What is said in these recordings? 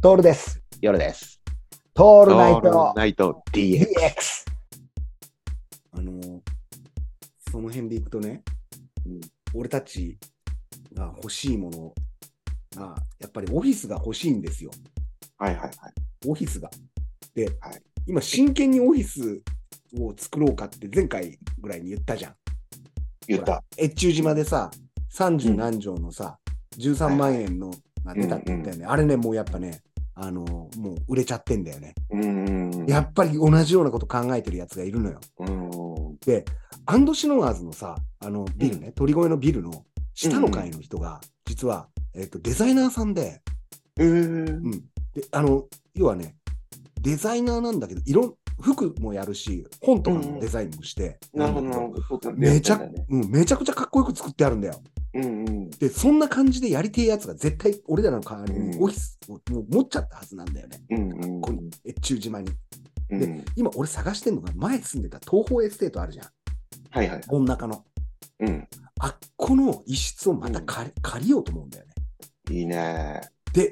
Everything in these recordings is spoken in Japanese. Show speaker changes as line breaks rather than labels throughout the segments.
トールです。
夜です。
ト
オ
ールナイト
ナイト DX。
DX。
あのーその辺でいくとね、
うん
俺たちが欲しいものが、やっぱりオフィスが欲しいんですよ、
はいはいはい。
オフィスが。で、
はい
今、真剣にオフィスを作ろうかって前回ぐらいに言ったじゃん。
言った。
越中島でさ、30何畳のさ、13万円のが出たって言ったよね。あれね、もうやっぱね、あのーもう売れちゃってんだよね。
うんうんうん。
やっぱり同じようなこと考えてるやつがいるのよ。
うんうんうん。
アンドシノワーズのさ、あのビルね、鳥越のビルの下の階の人が、実は、えっとデザイナーさんで
えー
であの、要はね、デザイナーなんだけど、いろん服もやるし、本とかもデザインもして、
なるほど
ん
な
だけ
るほどそうか。
めちゃ
やったんだね
うん、めちゃくちゃかっこよく作ってあるんだよ。
うんうん。
で、そんな感じでやりてえやつが絶対俺らの代わりに
うん
オフィスをもう持っちゃったはずなんだよね、
うんうん
ここに、越中島に。
うんうん。
今、俺探してんのが、前住んでた東方エステートあるじゃん、
はいはい。
真ん中の。
うん。
あっこの一室をまた借り,、借りようと思うんだよね。
いいね。
で、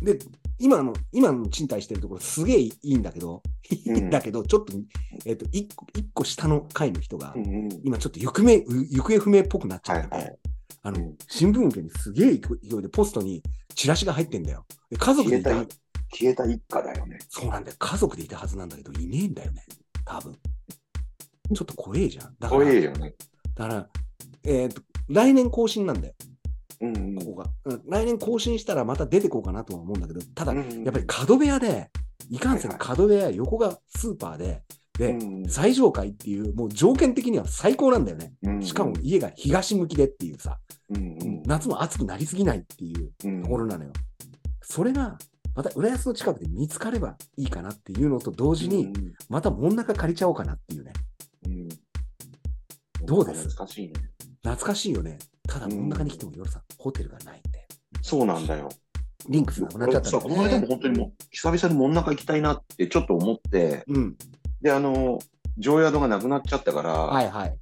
で、今の、今の賃貸してるところすげえいいんだけど、
うん
だけど、ちょっと、えっ、と、一個、一個下の階の人が、
うんうん。
今ちょっと行方、行方不明っぽくなっちゃってて、
はいはい
あ
う
の
ん、
新聞受けにすげえ勢いでポストにチラシが入ってんだよ。で家族でい
消
た
え、消えた一家だよね。
そうなんだよ。家族でいたはずなんだけど、いねえんだよね。多分。ちょっと怖えじゃん。だから、
怖えよね。
だから、えっ、と、来年更新なんだよ、
うんうん。
ここが。うん来年更新したらまた出てこうかなとは思うんだけど、ただ、
うんうん
やっぱり角部屋で、いかんせん
はいはい
角部屋、横がスーパーで、で、
うん
最上階っていう、もう条件的には最高なんだよね。
うん
しかも家が東向きでっていうさ、
うんうん
夏も暑くなりすぎないっていう
うん
ところなのよ。それが、また浦安の近くで見つかればいいかなっていうのと同時に、また真ん中借りちゃおうかなっていうね。
うんうん
どうです
懐かしいね。
懐かしいよね。ただ真ん中に来ても夜さん、ホテルがないんで。
そうなんだよ。
リンクスなくなっちゃったんだ
そ
よ
うこの間も本当にもう久々に真ん中行きたいなってちょっと思って、
うん。
で、あの、常宿がなくなっちゃったから、
はいはい。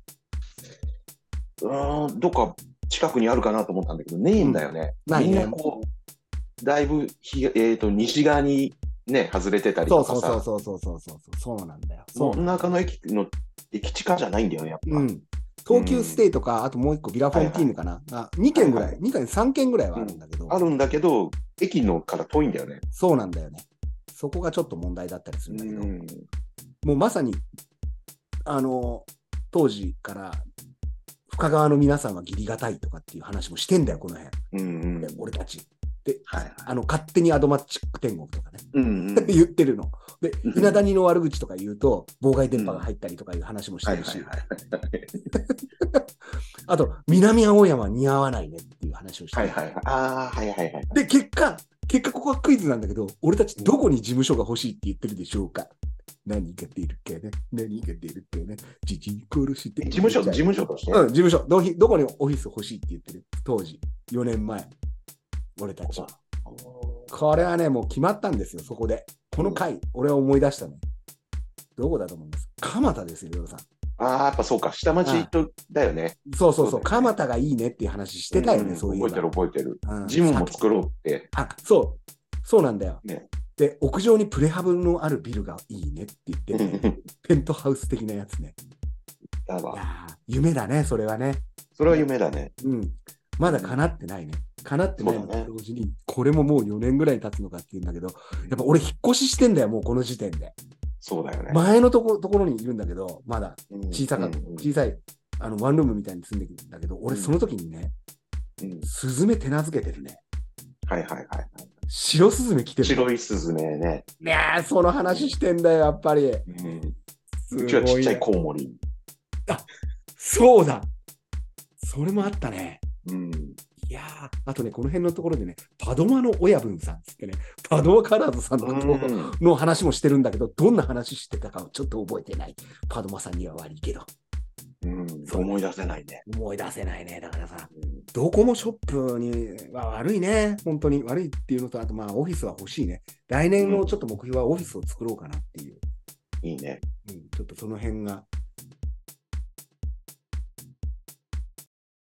うーん、どっか近くにあるかなと思ったんだけど、ねえんだよね。
ない
みん
ね
な。こう、だいぶひ、えー、と西側にね、外れてたり
そ
と
う
か
そう
さ、
そうそうそうそうそう。そうなんだよ。そう
真ん中の駅の駅地下じゃないんだよね、やっぱ。
うん。東急ステイとか、あともう一個ビラフォンティーヌかな。あ2軒ぐら
はい
い、
は
2軒、3軒ぐらいはあるんだけど、
あるんだけど、駅のから遠いんだよね。
そうなんだよね。そこがちょっと問題だったりするんだけど、
うん
もうまさに、あの、当時から、深川の皆さんは義理がたいとかっていう話もしてんだよ、この辺。
うんうん
で俺たち。で、
はい
あの、勝手にアドマチック天国とかね、
うんうん
言ってるの。で、
うん
稲谷の悪口とか言うと、妨害電波が入ったりとかいう話もし
は
て
い
る
はい
し、
はい。
あと、南青山は似合わないねっていう話をして
はい
る
はいはい。ああ、はいはいはい。
で、結果、結果ここはクイズなんだけど、俺たちどこに事務所が欲しいって言ってるでしょうか何が出るかね何が出るかねじじい殺して。
事務所、事務所として。
うん、事務所どひ。どこにオフィス欲しいって言ってる当時、4年前。俺たちは。これはね、もう決まったんですよ、そこで。この回、俺は思い出したの。どこだと思います蒲田ですよ、ヨロさん。
ああ、やっぱそうか、下町とだよね。
そうそうそ、
そううだよね
蒲田がいいねっていう話してたよね、
ん
そういう
覚えてる覚えてる。
うん
ジムも作ろうって。
あそう、そうなんだよ。
ね
で、屋上にプレハブのあるビルがいいねって言って、ペントハウス的なやつね。
だ
い
わ。
やー夢だね、それはね。
それは夢だね。
うん。まだ叶ってないね。叶ってないの
そうだね
と同時に、これももう4年ぐらい経つのかっていうんだけど、やっぱ俺引っ越ししてんだよ、もうこの時点で。
そうだよね。
前のとこところにいるんだけど、まだ
うん
小さかった、
うん
小さい、あの、ワンルームみたいに住んでるんだけど、俺
うん
その時にね、
うん
スズメ手なずけてるね。
はいはいはい。
白スズメ来てる。
白いスズメね。
ねえ、その話してんだよ、やっぱり。す
うちはちっちゃい
ご
コウモリ。
そうだ。それもあったね。
うん。
いやー、あとね、この辺のところでね、パドマの親分さんっつってね、パドマカラーズさんのこと
うん
の話もしてるんだけど、どんな話してたかをちょっと覚えてない。パドマさんには悪いけど、
うん思い出せないね。
思い出せないね。だからさ、ドコモショップには悪いね。本当に悪いっていうのと、あとまあオフィスは欲しいね。来年のちょっと目標はオフィスを作ろうかなっていう。
いいね。
うん、ちょっとその辺が